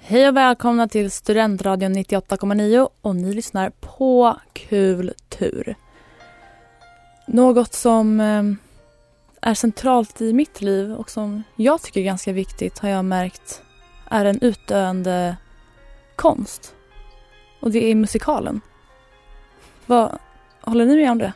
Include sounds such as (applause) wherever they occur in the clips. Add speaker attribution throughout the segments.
Speaker 1: Hej och välkomna till Studentradion 98,9 och ni lyssnar på Kul tur. Något som eh, är centralt i mitt liv och som jag tycker är ganska viktigt har jag märkt är en utdöende konst. Och det är musikalen. Vad, håller ni med om det?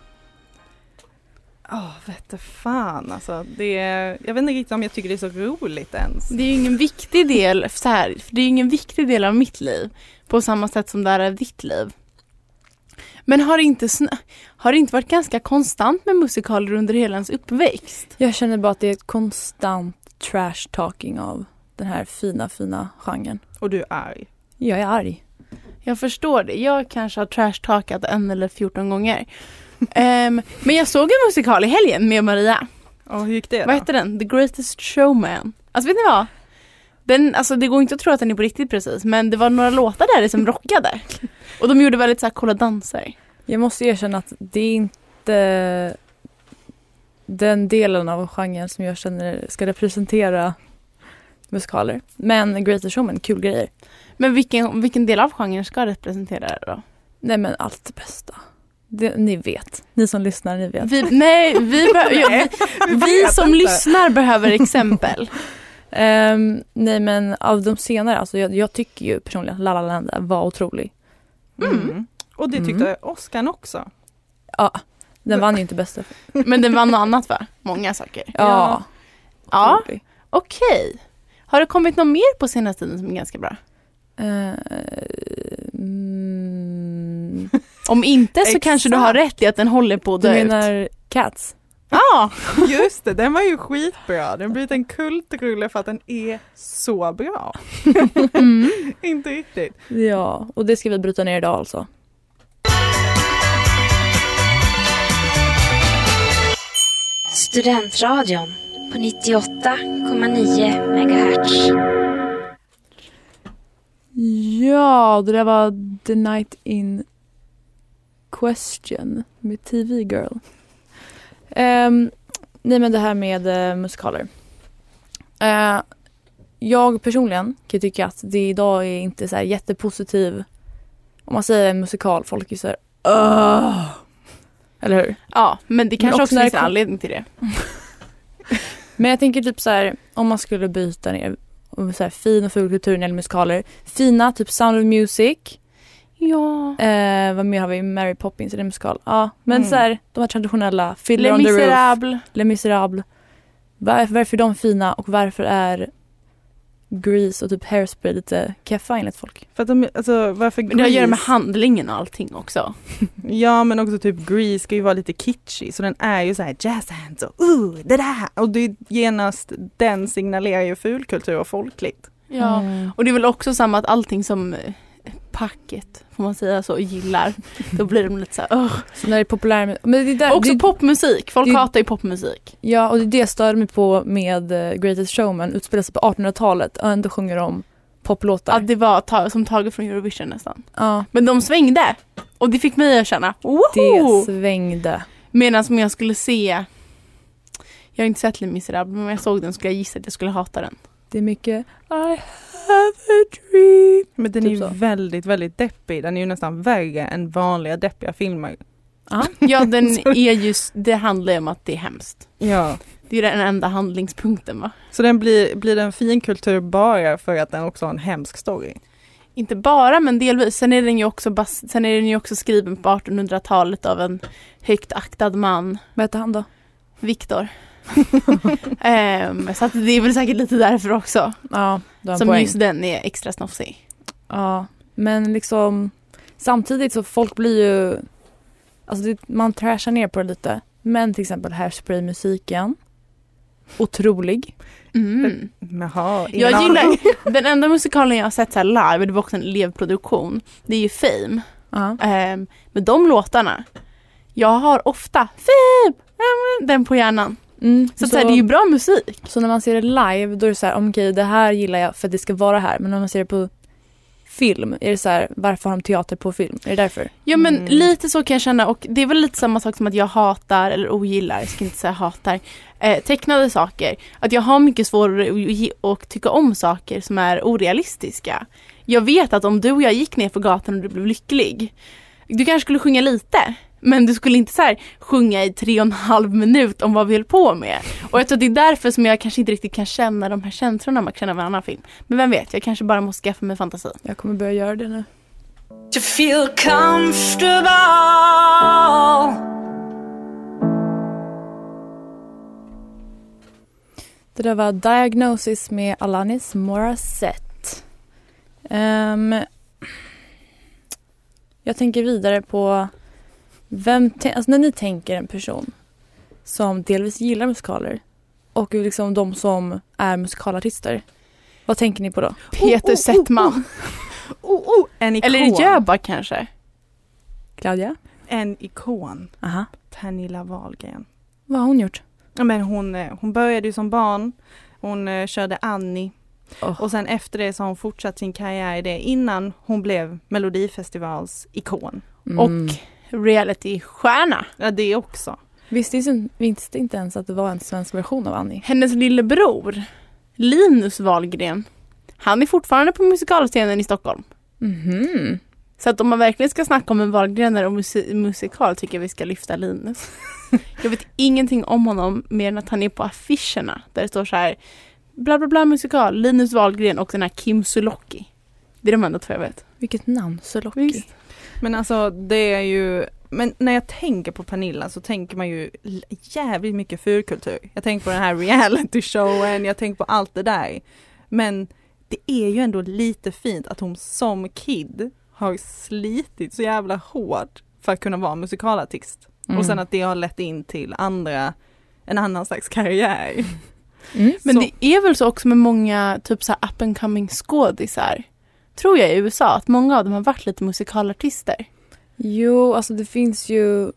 Speaker 2: Ja, vette fan alltså. Det är, jag vet inte riktigt om jag tycker det är så roligt ens.
Speaker 3: Det är ju ingen viktig del, så här, för det är ju ingen viktig del av mitt liv på samma sätt som det här är ditt liv. Men har det inte, snö, har det inte varit ganska konstant med musikaler under hela ens uppväxt?
Speaker 1: Jag känner bara att det är ett konstant trash-talking av den här fina, fina genren.
Speaker 2: Och du är arg.
Speaker 1: Jag är arg.
Speaker 3: Jag förstår det. Jag kanske har trashtalkat en eller 14 gånger. Ehm, men jag såg en musikal i helgen med Maria.
Speaker 2: Och hur gick det då?
Speaker 3: Vad heter den? The Greatest Showman. Alltså vet ni vad? Den, alltså det går inte att tro att den är på riktigt precis men det var några låtar där som rockade. Och de gjorde väldigt så här coola danser.
Speaker 1: Jag måste erkänna att det är inte den delen av genren som jag känner ska representera musikaler. Men Greater Showman, kul grejer.
Speaker 3: Men vilken, vilken del av genren ska representera det då?
Speaker 1: Nej men allt det bästa. Det, ni vet, ni som lyssnar ni vet.
Speaker 3: Vi, (laughs) nej, vi,
Speaker 2: (laughs)
Speaker 3: be- ja, vi, vi som lyssnar behöver exempel.
Speaker 1: Ehm, nej men av de senare, alltså jag, jag tycker ju personligen att La La Land var otrolig.
Speaker 2: Mm. Och det tyckte Oskar också.
Speaker 1: Den vann ju inte bästa.
Speaker 3: Men den vann något annat va? Många saker.
Speaker 1: Ja.
Speaker 3: Ja.
Speaker 1: otrolig.
Speaker 3: Okej. Har det kommit något mer på senaste tiden som är ganska bra?
Speaker 1: Eh, mm,
Speaker 3: Om inte så
Speaker 2: Exakt.
Speaker 3: kanske du har rätt i att den håller på att
Speaker 1: du
Speaker 3: dö ut.
Speaker 1: menar Cats?
Speaker 3: Ja,
Speaker 2: (laughs) Just det, den var ju skitbra. Den har blivit en kultrulle för att den är så bra. (laughs)
Speaker 1: Mm.
Speaker 2: inte riktigt.
Speaker 1: Ja, och det ska vi bryta ner idag alltså.
Speaker 4: Studentradion på 98,9 MHz.
Speaker 1: Ja, det där var The Night in Question med TV Girl. Um, nej men det här med eh, musikaler. Eh, jag personligen kan ju tycka att det idag är inte så här jättepositiv. Om man säger en musikal, folk är så här "Åh!" Eller hur?
Speaker 3: ja men det kanske
Speaker 1: också
Speaker 3: också
Speaker 1: när det
Speaker 3: finns en
Speaker 1: kom-
Speaker 3: anledning till det.
Speaker 1: Men jag tänker typ så här, om man skulle byta ner om så här, fin och fulkultur när det gäller musikaler. Fina, typ Sound of Music.
Speaker 3: Ja.
Speaker 1: Eh, vad mer har vi? Mary Poppins, är det musikal? Ja, men
Speaker 2: Mm.
Speaker 1: så här, de här traditionella. Fiddler
Speaker 3: Les
Speaker 1: on the Roof,
Speaker 3: Misérables.
Speaker 1: Les Misérables. Varför, varför är de fina och varför är Grease och typ Hairspray lite keffa enligt folk?
Speaker 2: För att de, alltså varför
Speaker 3: Men det har att göra med
Speaker 2: Grease-
Speaker 3: handlingen och allting också.
Speaker 2: Ja men också typ Grease ska ju vara lite kitschig så den är ju så här jazz hands och uh, det där. Och det är genast, den signalerar ju fulkultur och folkligt.
Speaker 1: Mm.
Speaker 3: Och det är väl också samma att allting som eh, packet, får man säga så, gillar, då blir de lite såhär uh.
Speaker 1: Så när det är populär men det är där,
Speaker 3: Också
Speaker 1: det,
Speaker 3: popmusik, folk
Speaker 1: det-
Speaker 3: hatar ju popmusik.
Speaker 1: Ja, och det är det jag stör mig på med eh, Greatest Showman. Utspelar sig på 1800-talet och ändå sjunger de poplåtar.
Speaker 3: Ja, det var ta- som taget från Eurovision nästan.
Speaker 1: ja,
Speaker 3: Men de svängde och det fick mig att känna
Speaker 1: det
Speaker 3: woho!
Speaker 1: svängde.
Speaker 3: Medan om jag skulle se, jag har inte sett Les Misérables men om jag såg den skulle jag gissa att jag skulle hata den.
Speaker 1: Det är mycket I have a dream.
Speaker 2: Men den
Speaker 1: Typ
Speaker 2: är ju
Speaker 1: så.
Speaker 2: väldigt, väldigt deppig. Den är ju nästan värre än vanliga deppiga filmer.
Speaker 1: (laughs)
Speaker 3: Ja den är just, det handlar ju om att det är hemskt.
Speaker 2: Ja.
Speaker 3: Det är ju den enda handlingspunkten va?
Speaker 2: Så den blir, blir den fin kultur bara för att den också har en hemsk story?
Speaker 3: Inte bara men delvis. Sen är den ju också, bas- sen är den ju också skriven på 1800-talet av en högt aktad man,
Speaker 1: Vad heter han då? (laughs)
Speaker 3: Viktor. Ehm, så att det är väl säkert lite därför också.
Speaker 1: Ja, du har en
Speaker 3: Som
Speaker 1: poäng.
Speaker 3: just den är extra snofsig.
Speaker 1: Ja, men liksom samtidigt så folk blir ju, alltså det, man trashar ner på det lite. Men till exempel Hairspray-musiken, otrolig.
Speaker 3: Mm.
Speaker 2: Jaha, ingen
Speaker 3: Jag
Speaker 2: aning. (laughs)
Speaker 3: gillar, den enda musikalen jag har sett så här live, det var också en elevproduktion, det är ju Fame.
Speaker 1: Ja.
Speaker 3: Ehm, men de låtarna, jag har ofta Fame, mm, den på hjärnan.
Speaker 1: Mm,
Speaker 3: Så, så här, det är ju bra musik.
Speaker 1: så när man ser det live då är det så här, okej det här gillar jag för att det ska vara här. Men när man ser det på film? Är det så här, varför har de teater på film? Är det därför?
Speaker 3: Ja men
Speaker 2: Mm.
Speaker 3: lite så kan jag känna och det är väl lite samma sak som att jag hatar eller ogillar, jag ska inte säga hatar, eh, tecknade saker. Att jag har mycket svårare att ge- att tycka om saker som är orealistiska. Jag vet att om du och jag gick ner på gatan och du blev lycklig, du kanske skulle sjunga lite. Men du skulle inte så här sjunga i tre och en halv minut om vad vi höll på med. Och jag tror att det är därför som jag kanske inte riktigt kan känna de här känslorna man kan känna med en annan film. Men vem vet, jag kanske bara måste skaffa mig fantasi.
Speaker 2: Oh,
Speaker 1: Jag kommer börja göra det nu.
Speaker 5: to feel comfortable.
Speaker 1: Det där var Diagnosis med Alanis Morissette. Ehm, jag tänker vidare på vem te- alltså när ni tänker en person som delvis gillar musikaler och liksom de som är musikalartister. Vad tänker ni på då?
Speaker 3: Peter
Speaker 2: oh, oh,
Speaker 3: Settman.
Speaker 2: Oh, oh, en ikon.
Speaker 3: Eller i Jöba kanske?
Speaker 1: Claudia?
Speaker 2: En ikon.
Speaker 1: Aha.
Speaker 2: Pernilla Wahlgren.
Speaker 1: Vad har hon gjort?
Speaker 2: Ja, Men hon, eh, hon började ju som barn. Hon eh, körde Annie.
Speaker 1: Oh.
Speaker 2: Och sen efter det så har hon fortsatt sin karriär i det innan hon blev Melodifestivals ikon.
Speaker 3: Och realitystjärna.
Speaker 2: Ja, det också.
Speaker 1: Visste, inte- visste inte ens att det var en svensk version av Annie.
Speaker 3: Hennes lillebror Linus Wahlgren. Han är fortfarande på musikalscenen i Stockholm.
Speaker 1: Mhm.
Speaker 3: Så att om man verkligen ska snacka om en Wahlgrenare och musi- musikal tycker jag vi ska lyfta Linus. jag vet ingenting om honom mer än att han är på affischerna där det står så här bla bla bla musikal, Linus Wahlgren och den här Kim Sulocki. Det är de enda två jag vet.
Speaker 1: Vilket namn, Sulocki.
Speaker 3: Visst.
Speaker 2: Men alltså det är ju, men när jag tänker på Pernilla så tänker man ju l- jävligt mycket furkultur. Jag tänker på den här reality-showen, jag tänker på allt det där. Men det är ju ändå lite fint att hon som kid har slitit så jävla hårt för att kunna vara musikalartist.
Speaker 1: Mm.
Speaker 2: Och sen att det har lett in till andra, en annan slags karriär.
Speaker 1: Mm.
Speaker 3: Men
Speaker 2: Så-
Speaker 3: det är väl så också med många typ så här up and coming skådisar. Tror jag i USA att många av dem har varit lite musikalartister.
Speaker 1: Jo, alltså det finns ju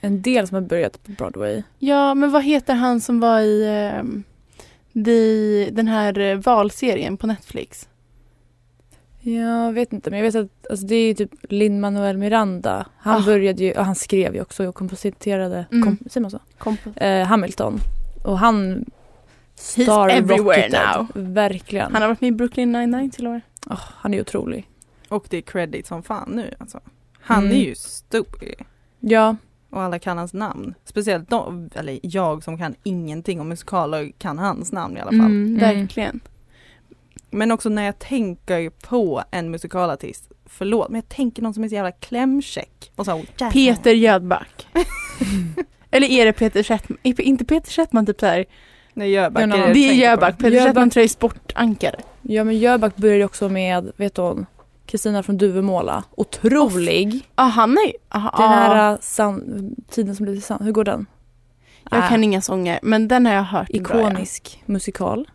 Speaker 1: en del som har börjat på Broadway.
Speaker 3: Ja men vad heter han som var i ehm, the, den här eh, valserien på Netflix?
Speaker 1: Jag vet inte, men jag vet att alltså det är ju typ Lin-Manuel Miranda. Han
Speaker 3: Ah.
Speaker 1: började ju, och han skrev ju också och kompositerade,
Speaker 3: Mm.
Speaker 1: kom, säger man så?
Speaker 3: Kompo-
Speaker 1: Eh, Hamilton. Och han
Speaker 3: He's everywhere now.
Speaker 1: Verkligen.
Speaker 3: Han har varit med i Brooklyn 99 till och med.
Speaker 1: Åh, han är otrolig.
Speaker 2: Och det är credit som fan nu alltså. Han
Speaker 1: Mm.
Speaker 2: är ju stor.
Speaker 1: Ja,
Speaker 3: Mm.
Speaker 2: Och alla kan hans namn. Speciellt de, eller jag som kan ingenting om musikaler kan hans namn i alla fall.
Speaker 3: Mm, verkligen.
Speaker 2: Men också när jag tänker på en musikalartist, förlåt, men jag tänker någon som är så jävla klämkäck. Och så, här, "Jävlar."
Speaker 3: Peter Jödback. Eller är det Peter Settman? Är- Inte Peter Settman typ såhär.
Speaker 2: Nej, Jöback.
Speaker 1: Det är någon
Speaker 2: jag
Speaker 3: Det är
Speaker 2: tänker på.
Speaker 3: Jöback. Peter
Speaker 1: Jöback.
Speaker 3: Settman tror jag är sportankare.
Speaker 1: ja men Jöback började ju också med, vet du hon, Kristina från Duvemåla. Otrolig.
Speaker 3: Ja han är aha,
Speaker 1: Den
Speaker 3: ja.
Speaker 1: här äh, san- tiden som blev sann, hur går den?
Speaker 3: Jag
Speaker 1: Ah.
Speaker 3: kan inga sånger men den har jag hört. är bra, ja.
Speaker 1: ikonisk musikal.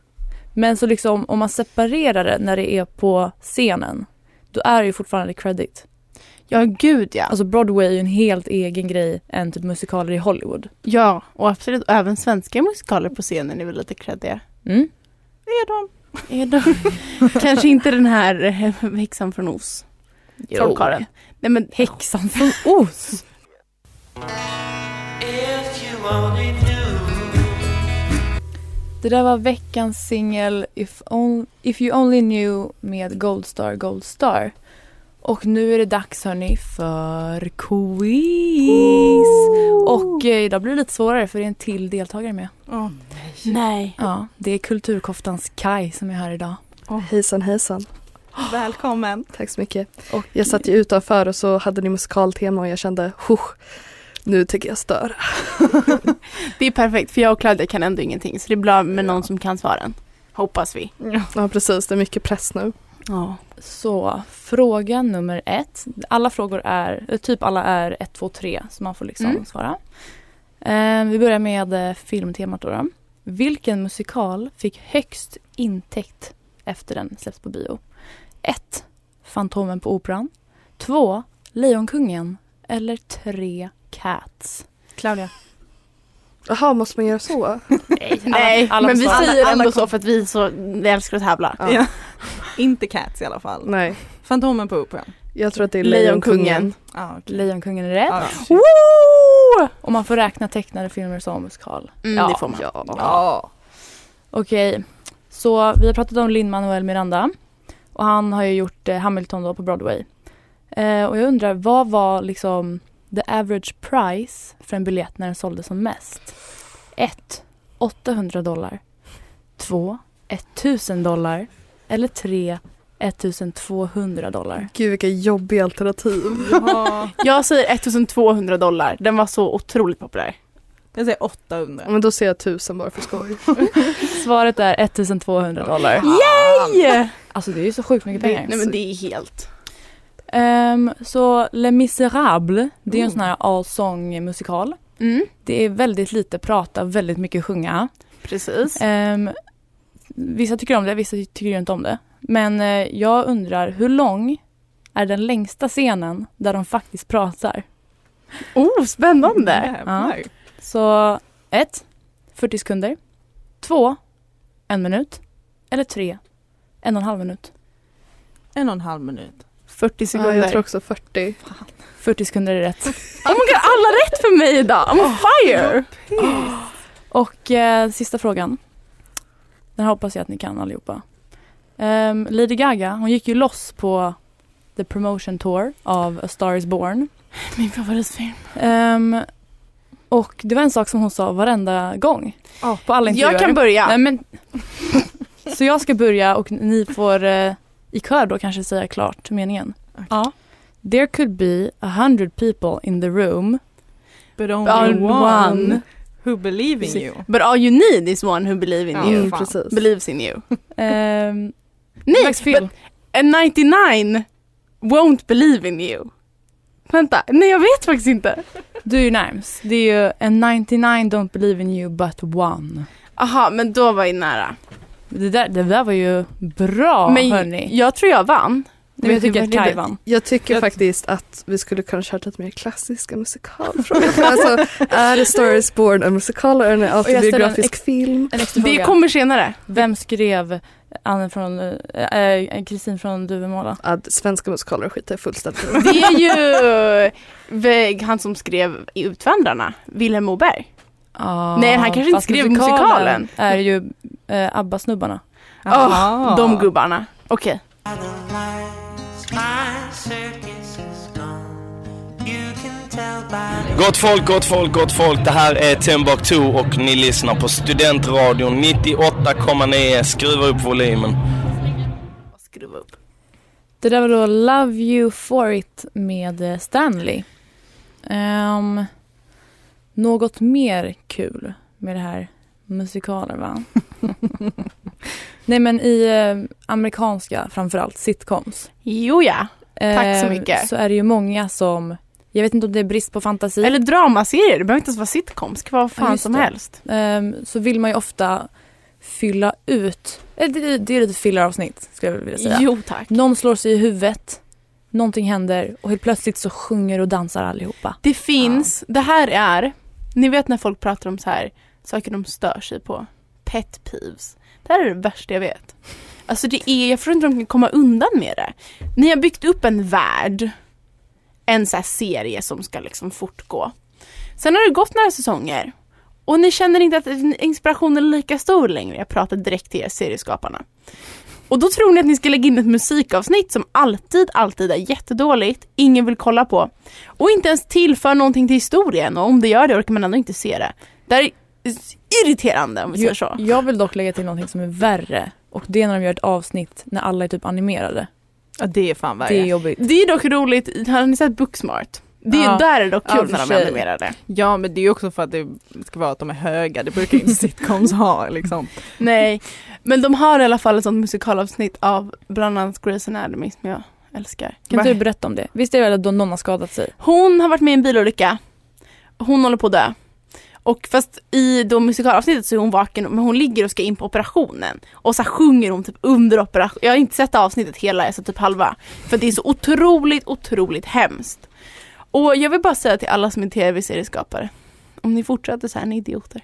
Speaker 1: Men så liksom om man separerar det när det är på scenen, då är det ju fortfarande credit.
Speaker 3: Ja gud ja.
Speaker 1: Alltså Broadway är ju en helt egen grej än typ musikaler i Hollywood.
Speaker 3: Ja, och absolut. Och Även svenska musikaler på scenen är väl lite creddiga.
Speaker 1: Mm.
Speaker 2: Är de?
Speaker 3: Är de? (laughs) Kanske inte den här eh, häxan från Oz. Trollkarlen. Nej men
Speaker 1: Häxan från Oz!
Speaker 5: If you only knew.
Speaker 1: Det där var veckans singel If, on- If you only knew med Goldstar Goldstar. Och nu är det dags hörni för quiz! Och eh, idag blir det lite svårare för det är en till deltagare med.
Speaker 2: Åh,
Speaker 3: nej.
Speaker 1: Ja, det är Kulturkoftans Kai som är här idag.
Speaker 6: Hejsan hejsan,
Speaker 2: välkommen.
Speaker 6: tack så mycket.
Speaker 1: Och
Speaker 6: Jag satt ju utanför och så hade ni musikaltema och jag kände "Huh, nu tänker jag störa.
Speaker 3: Det är perfekt för jag och Claudia kan ändå ingenting så det blir med någon som kan svaren. Hoppas vi.
Speaker 6: Ja precis, det är mycket press nu.
Speaker 3: Ja.
Speaker 1: Så, fråga nummer ett. Alla frågor är, eh, typ alla är ett, två, tre så man får liksom
Speaker 3: Mm.
Speaker 1: svara. Eh, vi börjar med eh, filmtemat då, då. Vilken musikal fick högst intäkt efter den släpps på bio? 1. Fantomen på Operan. 2. Lejonkungen. Eller 3. Cats. Claudia.
Speaker 6: Jaha, måste man göra så?
Speaker 1: Nej,
Speaker 3: Nej, men vi
Speaker 1: alla,
Speaker 3: säger
Speaker 2: alla
Speaker 3: ändå
Speaker 2: kom-
Speaker 3: så för att vi, är så, vi älskar att tävla.
Speaker 6: Ja.
Speaker 2: Ja. Inte Cats i alla fall.
Speaker 6: Nej,
Speaker 2: Fantomen på Operan.
Speaker 6: jag tror att det är
Speaker 3: Lejonkungen.
Speaker 6: Lejonkungen.
Speaker 2: Ah, okay.
Speaker 1: Lejonkungen är rätt.
Speaker 2: Ah, shit.
Speaker 1: Woo! Och man får räkna tecknade filmer som musikal.
Speaker 3: Mm,
Speaker 1: Ja.
Speaker 3: det får man.
Speaker 2: Ja.
Speaker 1: Okej, så vi har pratat om Lin-Manuel Miranda och han har ju gjort eh, Hamilton då på Broadway. Eh, och jag undrar, vad var liksom the average price för en biljett när den såldes som mest? 1. 800 dollar. 2. 1000 dollar. Eller 3. 1200 dollar.
Speaker 6: Gud vilka jobbiga alternativ.
Speaker 2: ja.
Speaker 3: Jag säger 1200 dollar. Den var så otroligt populär.
Speaker 2: Jag säger 800.
Speaker 6: Ja, Men då säger jag tusen bara för skoj.
Speaker 1: Svaret är 1200 dollar. Alltså det är ju så sjukt mycket pengar.
Speaker 3: Nej men det är helt...
Speaker 1: Ehm, så Les Misérables, det är en
Speaker 3: Oh.
Speaker 1: sån här allsång musikal.
Speaker 3: Mm,
Speaker 1: Det är väldigt lite prata, väldigt mycket sjunga.
Speaker 3: precis. Eh,
Speaker 1: Ehm, vissa tycker om det, vissa tycker ju inte om det. Men eh, jag undrar, hur lång är den längsta scenen där de faktiskt pratar?
Speaker 3: Oh, spännande!
Speaker 2: Jävlar.
Speaker 1: Så 1. 40 sekunder. 2. En minut. Eller 3. En och en halv minut.
Speaker 2: En och en halv
Speaker 3: (gasps)
Speaker 2: minut.
Speaker 3: 40
Speaker 6: Ja,
Speaker 3: sekunder.
Speaker 6: jag tror också 40.
Speaker 1: 40 sekunder är rätt.
Speaker 3: Oh my god, alla rätt för mig idag! I'm on fire!
Speaker 1: Och eh, sista frågan. Den här hoppas jag att ni kan allihopa. Ehm, Lady Gaga, hon gick ju loss på The Promotion Tour av A Star Is Born.
Speaker 3: Min favoritfilm.
Speaker 1: Ehm, och det var en sak som hon sa varenda gång.
Speaker 2: Ja.
Speaker 1: På alla intervjuer.
Speaker 3: Jag kan börja.
Speaker 1: Nej, men... (laughs) Så jag ska börja och ni får eh, i kör då kanske säga klart meningen. Ja. There could be a hundred people in the room.
Speaker 2: But only
Speaker 3: Only
Speaker 2: one,
Speaker 3: one.
Speaker 2: who believe in
Speaker 3: Precis.
Speaker 2: you.
Speaker 3: But all you need is one who believe in
Speaker 2: Ja.
Speaker 3: you.
Speaker 6: Mm,
Speaker 2: fan.
Speaker 6: precis.
Speaker 3: Believes in you.
Speaker 1: Ehm,
Speaker 3: Nej,
Speaker 1: Max Phil.
Speaker 3: but a 99 won't believe in you. Vänta, nej jag vet faktiskt inte.
Speaker 1: Du är ju närmst. Det är ju en 99 don't believe in you but one.
Speaker 3: Aha, men då var jag nära.
Speaker 1: Det där, det där var ju bra
Speaker 3: men
Speaker 1: hörni. typ
Speaker 3: jag tror jag vann.
Speaker 1: Men jag tycker
Speaker 3: hur
Speaker 1: att
Speaker 3: var det
Speaker 1: Kaj
Speaker 3: då?
Speaker 1: vann.
Speaker 6: Jag tycker
Speaker 2: Jag-
Speaker 6: faktiskt att vi skulle kunna köra lite mer klassiska musikalfrågor. alltså, är A Star Is Born en musikal eller en
Speaker 1: ställer en
Speaker 6: autobiografisk
Speaker 1: ex-
Speaker 6: film?
Speaker 1: En extra
Speaker 3: Det
Speaker 1: fråga.
Speaker 3: kommer senare.
Speaker 1: Vem skrev Anne från, eh, eh, Kristin från Duvemåla?
Speaker 6: Att svenska musikaler skiter jag fullständigt i.
Speaker 3: Det är ju väg, han som skrev i Utvandrarna, Vilhelm Moberg.
Speaker 1: Ah,
Speaker 3: Nej, han kanske inte
Speaker 1: fast
Speaker 3: skrev musikalen.
Speaker 1: är ju eh, ABBA-snubbarna.
Speaker 3: Åh,
Speaker 2: Aha.
Speaker 3: De gubbarna. Okej.
Speaker 5: My circus is gone. You can tell by the
Speaker 7: Gott folk, gott folk, gott folk. Det här är Timbuktu och ni lyssnar på Studentradion 98,9. Skruva upp volymen.
Speaker 3: Skruva upp.
Speaker 1: Det där var då Love You For It med eh, Stanley. Ehm, något mer kul med det här musikaler
Speaker 3: (laughs)
Speaker 1: va? Nej men i eh, amerikanska framförallt sitcoms.
Speaker 3: Jo ja. Tack så
Speaker 1: ehm,
Speaker 3: mycket.
Speaker 1: Så är det ju många som, jag vet inte om det är brist på fantasi.
Speaker 3: Eller dramaserier, det behöver inte ens vara sitcoms, det kan vara vad fan
Speaker 1: just
Speaker 3: som
Speaker 1: det.
Speaker 3: helst.
Speaker 1: Ehm, så vill man ju ofta fylla ut, eh, det, det är lite filleravsnitt skulle jag vilja säga.
Speaker 3: Jo tack.
Speaker 1: Någon slår sig i huvudet, någonting händer och helt plötsligt så sjunger och dansar allihopa.
Speaker 3: Det finns, det här är, ni vet när folk pratar om så här saker de stör sig på, pet peeves. Det här är det värsta jag vet. Alltså det är, jag tror inte de kan komma undan med det. Ni har byggt upp en värld, en så här serie som ska liksom fortgå. Sen har det gått några säsonger och ni känner inte att inspirationen är lika stor längre. Jag pratar direkt till er serieskaparna. Och då tror ni att ni ska lägga in ett musikavsnitt som alltid, alltid är jättedåligt, ingen vill kolla på. Och inte ens tillför någonting till historien och om det gör det orkar man ändå inte se det. Det här är irriterande om vi säger så.
Speaker 1: Jag, jag vill dock lägga till någonting som är värre och det är när de gör ett avsnitt när alla är typ animerade.
Speaker 2: Ja, det är fan
Speaker 1: Det är
Speaker 2: värre.
Speaker 1: jobbigt.
Speaker 3: Det är dock roligt, har ni sett Booksmart? Det är,
Speaker 1: Ja.
Speaker 3: Där är det dock
Speaker 1: Ja,
Speaker 3: kul
Speaker 1: för
Speaker 3: när de
Speaker 1: sig.
Speaker 3: är animerade.
Speaker 2: Ja men det är ju också för att det ska vara att de är höga, det brukar ju
Speaker 3: (laughs)
Speaker 2: inte sitcoms ha liksom.
Speaker 3: Nej, men de har i alla fall ett sånt musikalavsnitt av bland annat Grey's Anatomy som jag älskar.
Speaker 1: Kan inte du berätta om det? Visst är det väl att då någon har skadat sig?
Speaker 3: Hon har varit med i en bilolycka. Hon håller på att dö. Och fast i då musikalavsnittet så är hon vaken men hon ligger och ska in på operationen. Och så här sjunger hon typ under operationen. Jag har inte sett det avsnittet hela, jag har sett typ halva. För det är så otroligt, otroligt hemskt. Och jag vill bara säga till alla som är tv-serieskapare. Om ni fortsätter så här, ni är idioter.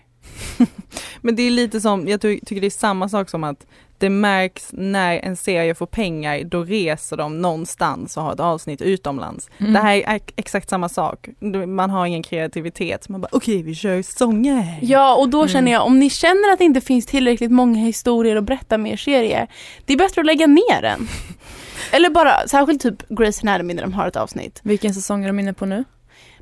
Speaker 2: Men det är lite som, jag ty- tycker det är samma sak som att det märks när en serie får pengar, då reser de någonstans och har ett avsnitt utomlands.
Speaker 1: Mm.
Speaker 2: Det här är ex- exakt samma sak. Du- Man har ingen kreativitet. Man bara okej, vi kör sånger.
Speaker 3: Ja, och då
Speaker 2: Mm.
Speaker 3: känner jag om ni känner att det inte finns tillräckligt många historier att berätta mer serier, det är bättre att lägga ner (laughs) den. Eller bara, särskilt typ Grey's Anatomy när de har ett avsnitt.
Speaker 1: Vilken säsong är de inne på nu?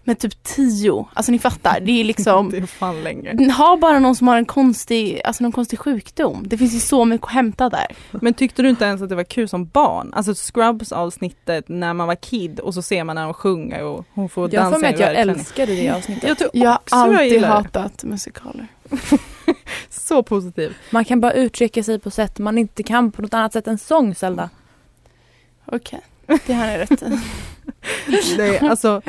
Speaker 3: Men typ tio, alltså ni fattar, det är
Speaker 2: (laughs)
Speaker 3: liksom (laughs)
Speaker 2: Det är fan längre.
Speaker 3: Ha bara någon som har en konstig, alltså någon konstig sjukdom. Det finns ju så mycket att hämta där.
Speaker 2: Men tyckte du inte ens att det var kul som barn? Alltså Scrubs avsnittet när man var kid och så ser man när de sjunger och hon får
Speaker 1: Jag
Speaker 2: dansa
Speaker 1: får med
Speaker 2: i
Speaker 1: att jag
Speaker 2: rödklänning.
Speaker 1: älskade det avsnittet.
Speaker 2: Jag tror
Speaker 3: Jag har
Speaker 2: också jag
Speaker 3: alltid
Speaker 2: gillar det.
Speaker 3: hatat musikaler.
Speaker 2: Så positiv.
Speaker 1: Man kan bara uttrycka sig på sätt man inte kan på något annat sätt än sång, Zelda.
Speaker 3: Okej, (laughs) det har ni rätt i.
Speaker 2: Nej, (laughs) alltså,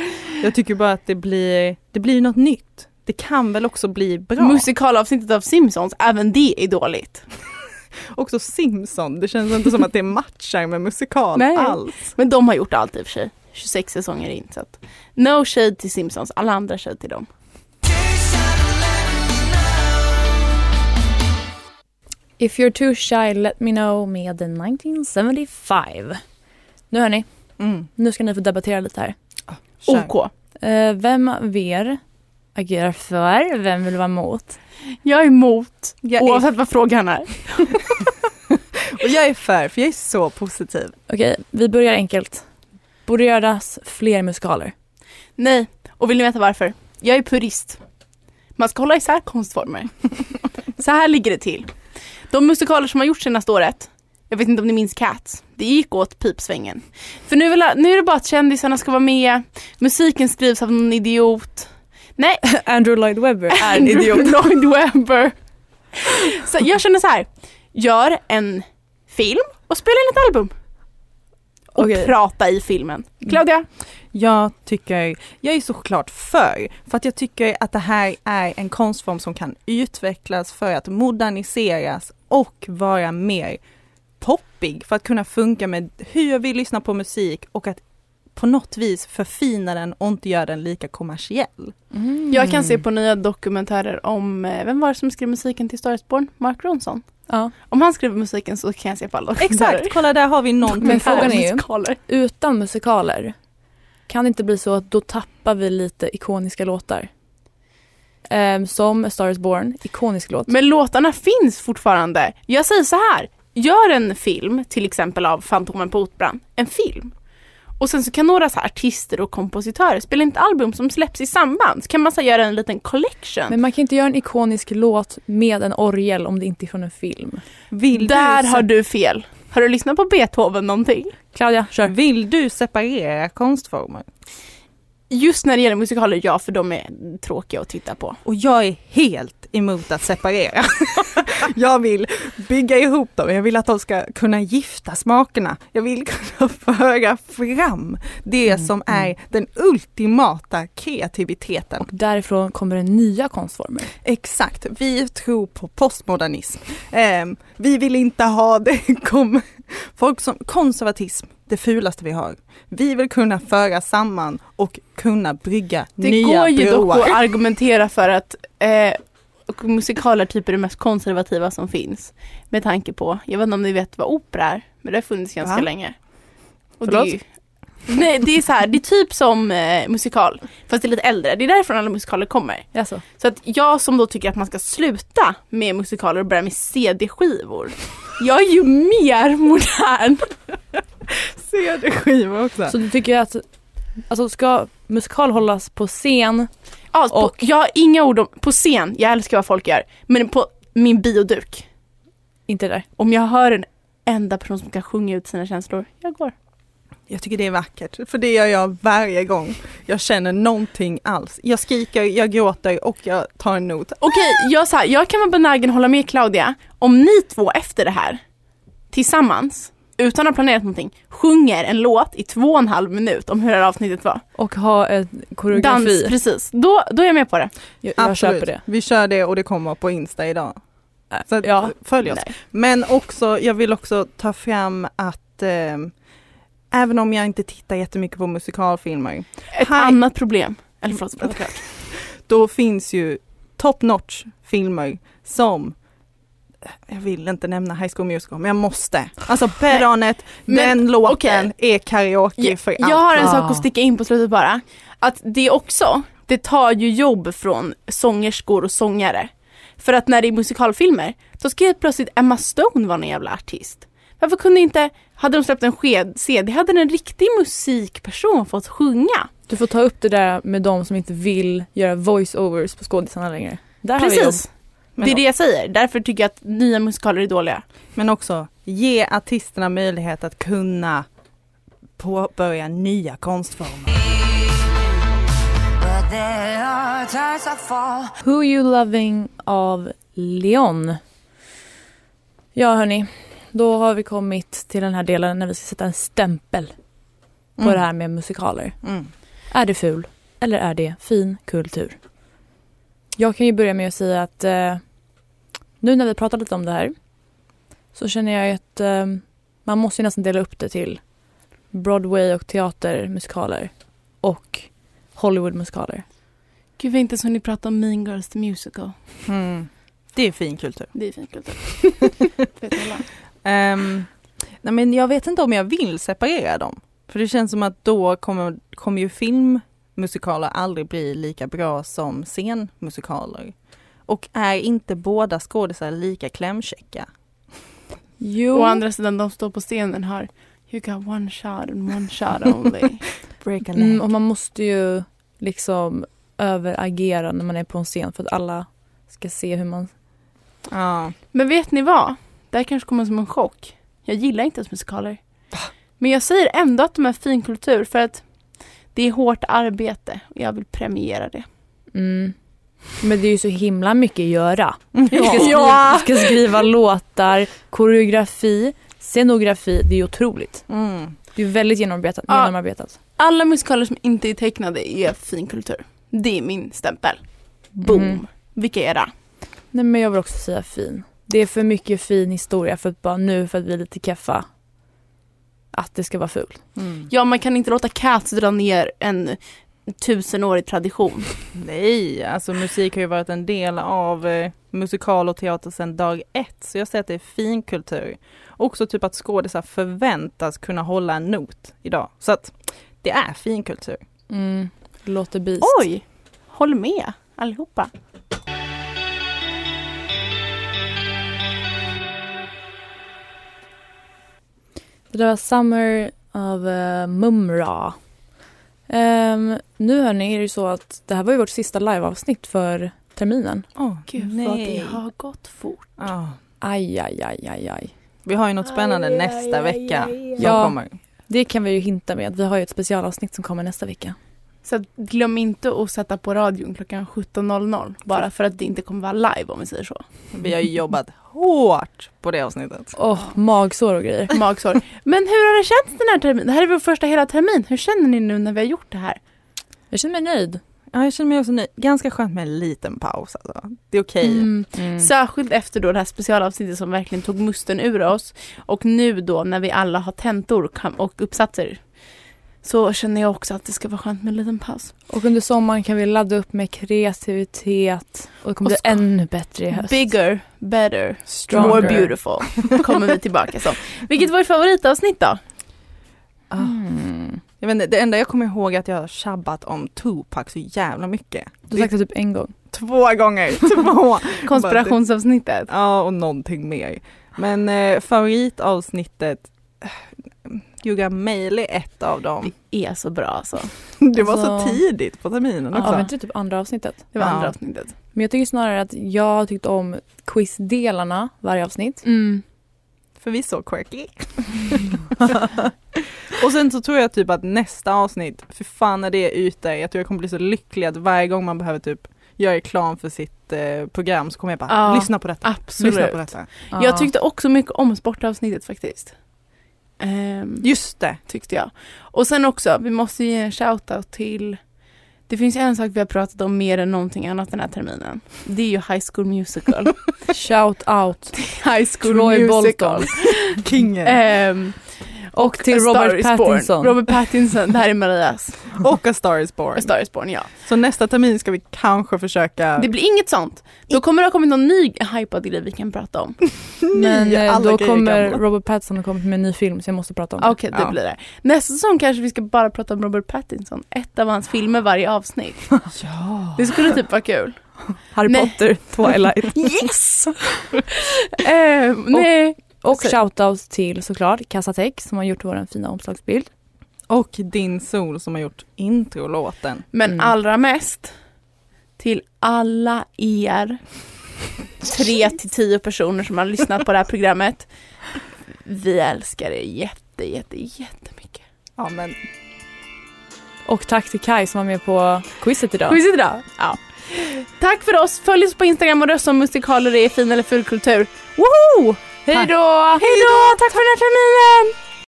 Speaker 2: jag tycker bara att det blir, det blir något nytt. Det kan väl också bli bra.
Speaker 3: Musikalavsnittet av Simpsons, även det är dåligt.
Speaker 2: Också Simpson, det känns inte som att det matchar med musikal
Speaker 3: Nej.
Speaker 2: alls.
Speaker 3: Men de har gjort allt i och för sig. 26 säsonger in så att no shade till Simpsons, alla andra shade till dem.
Speaker 1: If you're too shy, let me know med 1975. Nu hörni,
Speaker 2: Mm.
Speaker 1: nu ska ni få debattera lite här.
Speaker 2: Kör.
Speaker 3: OK.
Speaker 1: Eh, vem av er agerar för? Vem vill vara emot?
Speaker 3: Jag är emot,
Speaker 2: Jag är,
Speaker 3: oavsett vad frågan är.
Speaker 2: och jag är för, för jag är så positiv.
Speaker 1: Okej, vi börjar enkelt. Borde göras fler musikaler?
Speaker 3: Nej, och vill ni veta varför? Jag är purist. Man ska hålla isär konstformer. (laughs) så här ligger det till. De musikaler som har gjorts senaste året, jag vet inte om ni minns Cats, det gick åt pipsvängen. För nu, vill, nu är det bara att kändisarna ska vara med, musiken skrivs av någon idiot,
Speaker 1: Andrew Lloyd Webber är en idiot.
Speaker 3: Andrew Lloyd Webber. Så jag känner så här. Gör en film och spela in ett album. Och
Speaker 2: Okej.
Speaker 3: prata i filmen.
Speaker 1: Mm.
Speaker 3: Claudia?
Speaker 2: Jag tycker, jag är såklart för, för att jag tycker att det här är en konstform som kan utvecklas för att moderniseras och vara mer poppig för att kunna funka med hur vi lyssnar på musik och att på något vis förfina den och inte göra den lika kommersiell.
Speaker 3: Jag
Speaker 1: Mm.
Speaker 3: kan se på nya dokumentärer om, eh, vem var det som skrev musiken till Star is Born? Mark Ronson.
Speaker 1: Ja.
Speaker 3: Om han skriver musiken så kan jag se på alla dokumentärer.
Speaker 2: Exakt, kolla där har vi någonting.
Speaker 1: Men frågan är ju-
Speaker 3: Musikaler.
Speaker 1: Utan musikaler kan det inte bli så att då tappar vi lite ikoniska låtar. Ehm, som A Star is Born, ikonisk låt.
Speaker 3: Men låtarna finns fortfarande. Jag säger så här. Gör en film, till exempel av Fantomen på Operan. En film. Och sen så kan några så här artister och kompositörer spela in ett album som släpps i samband. Så kan man så här göra en liten collection.
Speaker 1: Men man kan inte göra en ikonisk låt med en orgel om det inte är från en film.
Speaker 2: Vill
Speaker 3: Där
Speaker 2: se-
Speaker 3: har du fel. Har du lyssnat på Beethoven någonting?
Speaker 1: Claudia, kör.
Speaker 2: Vill du separera konstformer?
Speaker 3: Just när det gäller musikaler, ja, för de är tråkiga att titta på.
Speaker 2: Och jag är helt emot att separera. (laughs) jag vill bygga ihop dem, jag vill att de ska kunna gifta smakerna. Jag vill kunna (laughs) föra fram det
Speaker 3: Mm,
Speaker 2: som är den ultimata kreativiteten.
Speaker 1: Och därifrån kommer det nya konstformer.
Speaker 2: Exakt, vi tror på postmodernism. Ehm, vi vill inte ha (laughs) det kom, folk som konservatism, det fulaste vi har. Vi vill kunna föra samman och kunna brygga
Speaker 3: Det
Speaker 2: nya
Speaker 3: går ju
Speaker 2: broar.
Speaker 3: dock att argumentera för att eh, och musikaler typ är det mest konservativa som finns. Med tanke på, jag vet inte om ni vet vad opera är, men det har funnits ganska
Speaker 2: Va?
Speaker 3: länge. Och
Speaker 2: Förlåt?
Speaker 3: Det är ju, nej, det är så här, det är typ som eh, musikal, fast det är lite äldre. Det är därifrån alla musikaler kommer.
Speaker 1: Jaså?
Speaker 3: Så att jag som då tycker att man ska sluta med musikaler och börja med CD-skivor. Jag är ju mer modern.
Speaker 2: Ser du skivor också?
Speaker 1: Så du tycker att, alltså ska musikal hållas på scen?
Speaker 3: Ja, Alltså, på,
Speaker 1: Och-
Speaker 3: jag har inga ord om, på scen, jag älskar vad folk gör, men på min bioduk.
Speaker 1: Inte det där.
Speaker 3: Om jag hör en enda person som kan sjunga ut sina känslor, jag går.
Speaker 2: Jag tycker det är vackert, för det gör jag varje gång jag känner någonting alls. Jag skriker, jag gråter och jag tar en not.
Speaker 3: Okej, jag, så här, jag kan vara benägen att hålla med Claudia. Om ni två efter det här, tillsammans, utan att ha planerat någonting, sjunger en låt i två och en halv minut om hur det här avsnittet var.
Speaker 1: Och ha en
Speaker 3: Dans,
Speaker 1: koreografi.
Speaker 3: precis. Då, då är jag med på det.
Speaker 1: Jag, jag köper det.
Speaker 2: Vi kör det och det kommer på Insta idag.
Speaker 1: Äh,
Speaker 2: Så att,
Speaker 1: ja.
Speaker 2: följ oss.
Speaker 3: Nej.
Speaker 2: Men också, jag vill också ta fram att eh, även om jag inte tittar jättemycket på musikalfilmer,
Speaker 3: Ett
Speaker 2: Hi.
Speaker 3: annat problem. Eller förlåt, prata klart.
Speaker 2: då finns ju top notch filmer som eh, jag vill inte nämna High School Musical men jag måste. Alltså Peranet,
Speaker 3: Men,
Speaker 2: den låten
Speaker 3: okej.
Speaker 2: är karaoke
Speaker 3: Jag,
Speaker 2: för
Speaker 3: jag har en
Speaker 1: Ja.
Speaker 3: sak att sticka in på slutet bara. Att det också, det tar ju jobb från sångerskor och sångare. För att när det är musikalfilmer, då ska helt plötsligt Emma Stone vara någon jävla artist. Varför kunde inte, hade de släppt en sked- CD, hade en riktig musikperson fått sjunga?
Speaker 1: Du får ta upp det där med de som inte vill göra voiceovers på skådisarna längre. Där har vi dem.
Speaker 3: Precis,
Speaker 2: Men-
Speaker 3: det är det jag säger. Därför tycker jag att nya musikaler är dåliga.
Speaker 2: Men också ge artisterna möjlighet att kunna påbörja nya konstformer.
Speaker 1: Who You Loving av Leon. Ja hörni, då har vi kommit till den här delen när vi ska sätta en stämpel på det här med musikaler.
Speaker 2: Mm.
Speaker 1: Är det ful eller är det fin kultur? Jag kan ju börja med att säga att eh, nu när vi pratar lite om det här så känner jag ju att eh, man måste ju nästan dela upp det till Broadway och teatermusikaler och Hollywoodmusikaler.
Speaker 3: Gud vad inte som ni pratar om Mean Girls the Musical.
Speaker 2: Mm. Det är fin kultur.
Speaker 3: Det är fint (laughs) kultur. Vet alla.
Speaker 2: Ehm, nej men jag vet inte om jag vill separera dem. För det känns som att då kommer, kommer ju filmmusikaler aldrig bli lika bra som scenmusikaler. Och är inte båda skådisar lika klämkäcka?
Speaker 1: Jo.
Speaker 3: Å andra sidan, de står på scenen har You got one shot and one shot only.
Speaker 2: Break a
Speaker 1: Mm, och man måste ju liksom överagera när man är på en scen för att alla ska se hur man...
Speaker 2: Ja.
Speaker 3: Men vet ni vad? Det här kanske kommer som en chock. Jag gillar inte ens musikaler. Men jag säger ändå att de är fin kultur för att det är hårt arbete och jag vill premiera det.
Speaker 1: Mm. Men det är ju så himla mycket att göra. Du ska, skriva,
Speaker 2: (laughs) Ja.
Speaker 1: du ska skriva låtar, koreografi, scenografi. Det är otroligt.
Speaker 2: Mm.
Speaker 1: Det är väldigt genomarbetat.
Speaker 3: Ja.
Speaker 1: genomarbetat.
Speaker 3: Alla musikaler som inte är tecknade är fin kultur. Det är min stämpel. Boom.
Speaker 1: Mhm.
Speaker 3: Vilka är det?
Speaker 1: Nej men jag vill också säga fin. Det är för mycket fin historia för att bara nu för att vi är lite keffa att det ska vara fult.
Speaker 2: Mm.
Speaker 3: Ja, man kan inte låta Cats dra ner en tusenårig tradition.
Speaker 2: Nej, alltså musik har ju varit en del av eh, musikal och teater sedan dag ett, så jag säger att det är fin kultur. Också typ att skådisar förväntas kunna hålla en not idag, så att det är fin kultur.
Speaker 1: Mm. Låter beast.
Speaker 3: Oj! Håll med allihopa.
Speaker 1: Det där var Summer av uh, Mumra. Ehm, nu hörni är det ju så att det här var ju vårt sista liveavsnitt för terminen.
Speaker 2: Åh,
Speaker 3: Gud vad det
Speaker 2: nej.
Speaker 3: har gått fort.
Speaker 2: Ja.
Speaker 1: Aj, aj, aj, aj, aj.
Speaker 2: Vi har ju något spännande nästa vecka som
Speaker 1: Ja.
Speaker 2: kommer.
Speaker 1: Det kan vi ju hinta med. Vi har ju ett specialavsnitt som kommer nästa vecka.
Speaker 3: Så att glöm inte att sätta på radion klockan 17.00 bara för att det inte kommer vara live om vi
Speaker 1: (laughs)
Speaker 3: säger så.
Speaker 2: Vi har ju jobbat hårt på det avsnittet.
Speaker 1: Åh, magsår och grejer.
Speaker 3: Magsår. Men hur har det känts den här terminen? Det här är vår första hela termin. Hur känner ni nu när vi har gjort det här?
Speaker 1: Jag känner mig nöjd.
Speaker 2: Ja, jag känner mig också nöjd. Ganska skönt med en liten paus alltså. Det är okej.
Speaker 3: Mm.
Speaker 1: Mm.
Speaker 3: Särskilt efter då det här specialavsnittet som verkligen tog musten ur oss och nu då när vi alla har tentor kam- och uppsatser så känner jag också att det ska vara skönt med en liten paus.
Speaker 1: Och under sommaren kan vi ladda upp med kreativitet och det kommer
Speaker 3: Och
Speaker 1: bli
Speaker 3: ska-
Speaker 1: ännu bättre i höst.
Speaker 3: Bigger, better,
Speaker 1: Stronger.
Speaker 3: more beautiful kommer vi tillbaka som. Vilket var ert favoritavsnitt då?
Speaker 2: Ah,
Speaker 1: Mm.
Speaker 2: jag vet inte, det enda jag kommer ihåg är att jag har tjabbat om Tupac så jävla mycket.
Speaker 1: Du har sagt det typ en gång.
Speaker 2: Två
Speaker 3: (laughs)
Speaker 2: gånger, två!
Speaker 3: Konspirationsavsnittet.
Speaker 2: Ja, och någonting mer. Men eh, favoritavsnittet, Yoga Mail är ett av
Speaker 3: (laughs)
Speaker 2: dem.
Speaker 3: Det är så bra alltså.
Speaker 2: Det var så
Speaker 1: Alltså-
Speaker 2: tidigt på terminen
Speaker 1: Ja,
Speaker 2: också.
Speaker 1: var inte det typ andra avsnittet?
Speaker 3: Det var
Speaker 2: Ja.
Speaker 3: andra avsnittet.
Speaker 1: Men jag tycker snarare att jag tyckte om quizdelarna varje avsnitt.
Speaker 2: Mm. För vi är så
Speaker 3: (laughs)
Speaker 2: quirky. och sen så tror jag typ att nästa avsnitt, för fan när det är ute, jag tror jag kommer bli så lycklig att varje gång man behöver typ göra reklam för sitt eh, program så kommer jag bara
Speaker 3: Ja.
Speaker 2: lyssna på detta.
Speaker 3: Absolut.
Speaker 2: Lyssna på detta.
Speaker 1: Ja.
Speaker 3: Jag tyckte också mycket om sportavsnittet faktiskt. Ehm,
Speaker 2: Just det.
Speaker 3: tyckte jag. Och sen också, vi måste ge en shoutout till det finns en sak vi har pratat om mer än någonting annat den här terminen. Det är ju High School Musical.
Speaker 1: Shout out
Speaker 2: (laughs)
Speaker 3: High School
Speaker 1: Troy
Speaker 3: Musical.
Speaker 1: Bolton.
Speaker 2: Kingen.
Speaker 3: Ehm, Och, till
Speaker 1: A Star
Speaker 3: Robert
Speaker 1: is
Speaker 3: Pattinson.
Speaker 1: Born.
Speaker 3: Robert Pattinson, det här är Marias.
Speaker 2: Och A Star Is Born.
Speaker 3: A Star is Born, ja.
Speaker 2: Så nästa termin ska vi kanske försöka...
Speaker 3: Det blir inget sånt. Då kommer det ha kommit någon ny hypad grej vi kan prata om.
Speaker 1: Men eh,
Speaker 2: alla
Speaker 1: då
Speaker 2: grejer är
Speaker 1: kommer
Speaker 2: gamla.
Speaker 1: Robert Pattinson ha kommit med en ny film så jag måste prata om
Speaker 3: Okej, det
Speaker 2: Ja.
Speaker 3: blir det. Nästa säsong kanske vi ska bara prata om Robert Pattinson. Ett av hans filmer varje avsnitt.
Speaker 2: Ja.
Speaker 3: Det skulle typ vara kul.
Speaker 1: Harry
Speaker 3: Nej.
Speaker 1: Potter,
Speaker 2: (laughs)
Speaker 1: Twilight.
Speaker 3: Yes! eh, nej.
Speaker 1: Och
Speaker 3: Så-
Speaker 1: shoutout till såklart Kassatech som har gjort vår fina omslagsbild.
Speaker 2: Och Din Sol som har gjort introlåten.
Speaker 3: Men
Speaker 1: Mm.
Speaker 3: allra mest till alla er tre till tio personer som har lyssnat på det här programmet. Vi älskar er jätte, jätte, jättemycket.
Speaker 2: Ja, men
Speaker 1: Och tack till Kai som var med på quizet idag.
Speaker 3: Ska vi sitta där? Ja. Tack för oss. Följ oss på Instagram och rösta om musikaler är fin eller fulkultur. Woho! Hej då! Hej då! Tack för den här terminen!